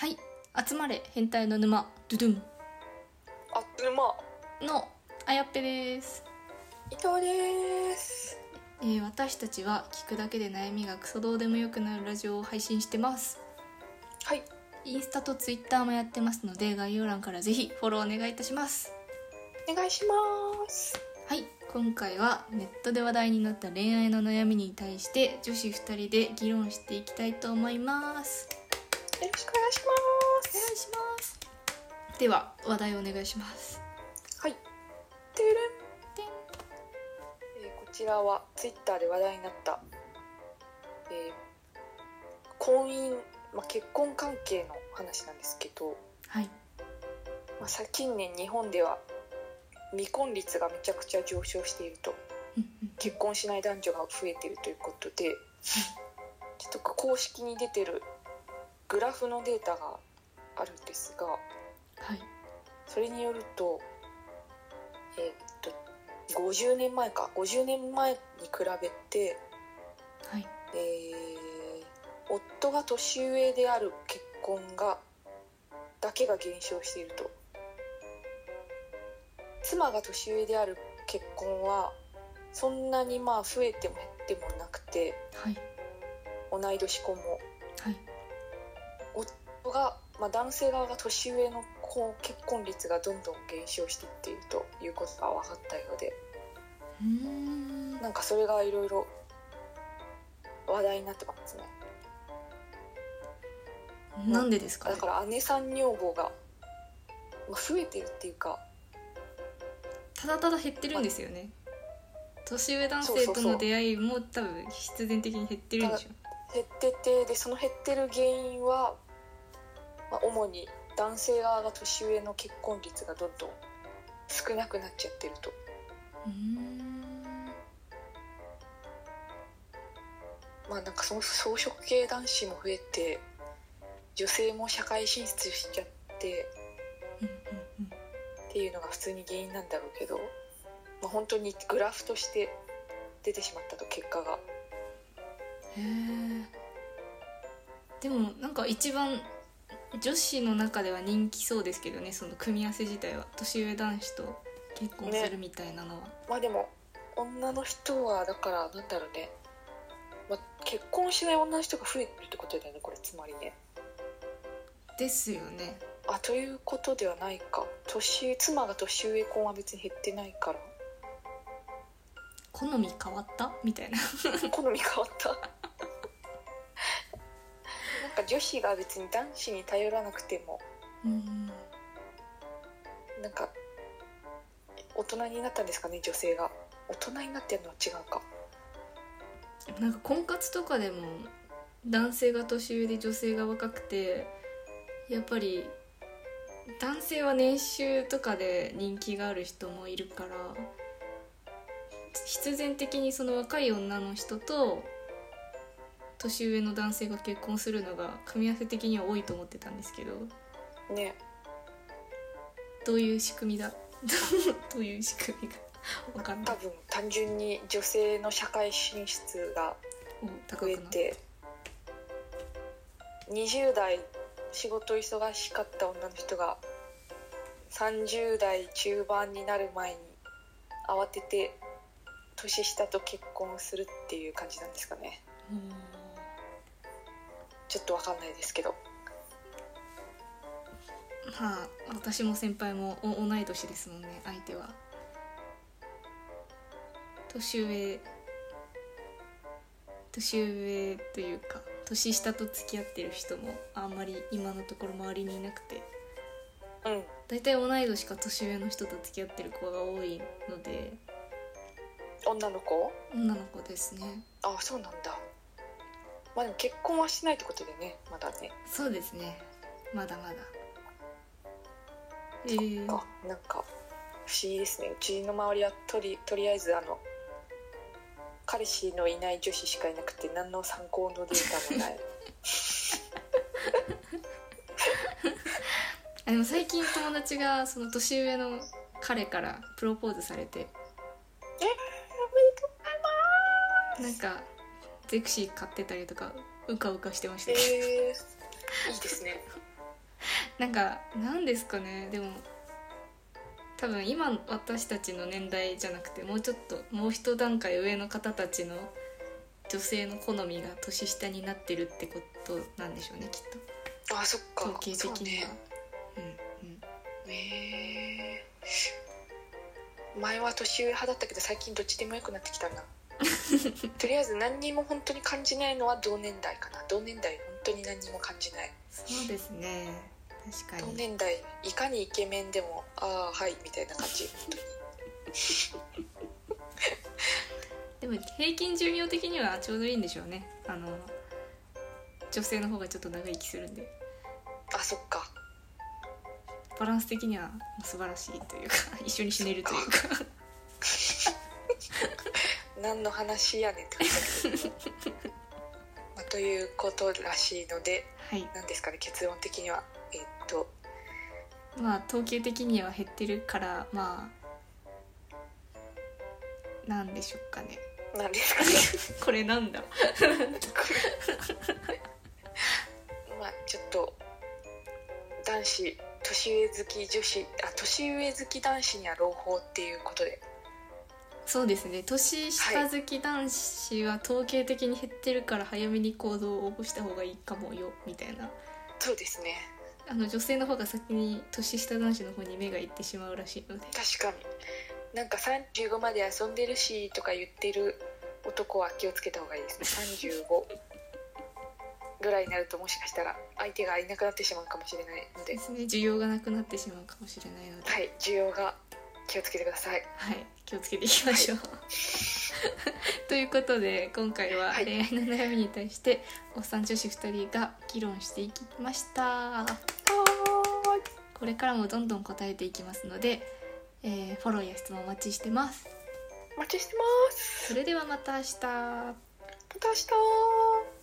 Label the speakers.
Speaker 1: 集まれ変態の沼ドゥドゥ
Speaker 2: あつま
Speaker 1: ンのあやっぺです、
Speaker 2: 伊藤です
Speaker 1: えー私たちは聞くだけで悩みがクソどうでもよくなるラジオを配信してます
Speaker 2: はい
Speaker 1: インスタとツイッターもやってますので概要欄からぜひフォローお願いいたします
Speaker 2: お願いします
Speaker 1: はい今回はネットで話題になった恋愛の悩みに対して女子2人で議論していきたいと思います
Speaker 2: よろしくお願いし
Speaker 1: お願いしますでは話題をお願いします
Speaker 2: ますはいてる
Speaker 1: てん
Speaker 2: えーこちらはツイッターで話題になった、えー婚姻、まあ、結婚関係の話なんですけど、
Speaker 1: はい
Speaker 2: まあ、さ近年日本では未婚率がめちゃくちゃ上昇していると
Speaker 1: うんうん
Speaker 2: 結婚しない男女が増えているということでちょっと公式に出てるグラフのデータがあるんですが
Speaker 1: はい
Speaker 2: それによるとえーっと50年前か50年前に比べて、
Speaker 1: はい
Speaker 2: えー夫が年上である結婚がだけが減少していると妻が年上である結婚はそんなにまあ増えても減ってもなくて
Speaker 1: はい
Speaker 2: 同い年婚も
Speaker 1: はい
Speaker 2: 夫が、まあ、男性側が年上の婚結婚率がどんどん減少していっているということが分かったようで
Speaker 1: うーん
Speaker 2: なんかそれがいろいろ話題になってますね
Speaker 1: なんでですか
Speaker 2: だから姉さん女房が、まあ、増えてるっていうか
Speaker 1: ただただ減ってるんですよね年上男性
Speaker 2: そ
Speaker 1: と
Speaker 2: うそうそ
Speaker 1: の
Speaker 2: う
Speaker 1: 出会いも多分必然的に減ってるんでしょ
Speaker 2: 減っててでその減ってる原因は、まあ、主に男性側が年上の結婚率がどんどん少なくなっちゃってると
Speaker 1: うーん
Speaker 2: まあなんかその草食系男子も増えて女性も社会進出しちゃって
Speaker 1: うんうんうん
Speaker 2: っていうのが普通に原因なんだろうけど、まあ、本当にグラフとして出てしまったと結果が
Speaker 1: へえでもなんか一番女子の中では人気そうですけどねその組み合わせ自体は年上男子と結婚するみたいなのは、
Speaker 2: まあでも女の人はだからなんだろうね、まあ、結婚しない女の人が増えてるってことだよねこれつまりね
Speaker 1: ですよね
Speaker 2: あということではないか年妻が年上婚は別に減ってないから
Speaker 1: 好み変わったみたいな
Speaker 2: 好み変わったなんか女子が別に男子に頼らなくても
Speaker 1: うん
Speaker 2: なんか大人になったんですかね女性が大人になってるのは違うか
Speaker 1: なんか婚活とかでも男性が年上で女性が若くてやっぱり男性は年収とかで人気がある人もいるから必然的にその若い女の人と年上の男性が結婚するのが組み合わせ的には多いと思ってたんですけど
Speaker 2: ね
Speaker 1: どういう仕組みだ どういう仕組みが 分かんな
Speaker 2: 多
Speaker 1: い
Speaker 2: 分単純に女性の社会進出が
Speaker 1: お高
Speaker 2: 増え
Speaker 1: くな
Speaker 2: て20代仕事忙しかった女の人が30代中盤になる前に慌てて年下と結婚するっていう感じなんですかね
Speaker 1: うん
Speaker 2: ちょっとわかんないですけど
Speaker 1: まあ私も先輩もお同い年ですもんね相手は年上年上というか年下と付き合ってる人もあんまり今のところ周りにいなくて
Speaker 2: うん
Speaker 1: 大体同い年か年上の人と付き合ってる子が多いので
Speaker 2: 女の子
Speaker 1: 女の子ですね
Speaker 2: あそうなんだまあでも結婚はしてないってことでねまだね
Speaker 1: そうですねまだまだえー、
Speaker 2: あなんか不思議ですねうちの周りはとりとりあえずあの彼氏のいない女子しかいなくて何の参考のデー タもない
Speaker 1: あでも最近友達がその年上の彼からプロポーズされてなんかゼクシー買ってたりとかうかうかしてました
Speaker 2: え
Speaker 1: けど、
Speaker 2: ーいいですね
Speaker 1: なんかなんですかねでも多分今私たちの年代じゃなくてもうちょっともう一段階上の方たちの女性の好みが年下になってるってことなんでしょうねきっ
Speaker 2: あそっ
Speaker 1: と
Speaker 2: か
Speaker 1: 統計的には
Speaker 2: そうね。
Speaker 1: うんうん
Speaker 2: へー前は年上派だったけど最近どっちでもよくなって きたなとりあえず何にも本当に感じないのは同年代かな同年代本当に何にも感じない
Speaker 1: そうですね確
Speaker 2: 同
Speaker 1: かに
Speaker 2: 年代いかにイケメンでもああはいみたいな感じ本当に
Speaker 1: でも平均寿命的にはちょうどいいんでしょうねあの女性の方がちょっと長生きするんで
Speaker 2: あそっか
Speaker 1: バランス的には素晴らしいというか一緒に死ねるというか
Speaker 2: 何の話やねんって感じだけど、まあ、ということらしいので
Speaker 1: はい
Speaker 2: 何ですかね結論的にはえっと
Speaker 1: まあ統計的には減ってるからまあなんでしょうか ね
Speaker 2: 何ですかね
Speaker 1: これなんだ
Speaker 2: まあちょっと男子年上好き女子あ年上好き男子には朗報っていうことで
Speaker 1: そうですね年下好き男子は統計的に減ってるから早めに行動を起こした方がいいかもよみたいな
Speaker 2: そうですね
Speaker 1: あの女性の方が先に年下男子の方に目がいってしまうらしいので
Speaker 2: 確かになんか35まで遊んでるしとか言ってる男は気をつけた方がいいですね35ぐらいになるともしかしたら相手がいなくなってしまうかもしれないので
Speaker 1: ですね需要がなくなってしまうかもしれないので、
Speaker 2: はい需要が気をつけてください
Speaker 1: はい、気をつけていきましょう。 ということで今回は
Speaker 2: はい
Speaker 1: 恋愛の悩みに対しておっさん女子2人が議論していきましたこれからもどんどん答えていきますので、えーフォローや質問お待ちしてます
Speaker 2: お待ちしてます
Speaker 1: それではまた明日
Speaker 2: また明日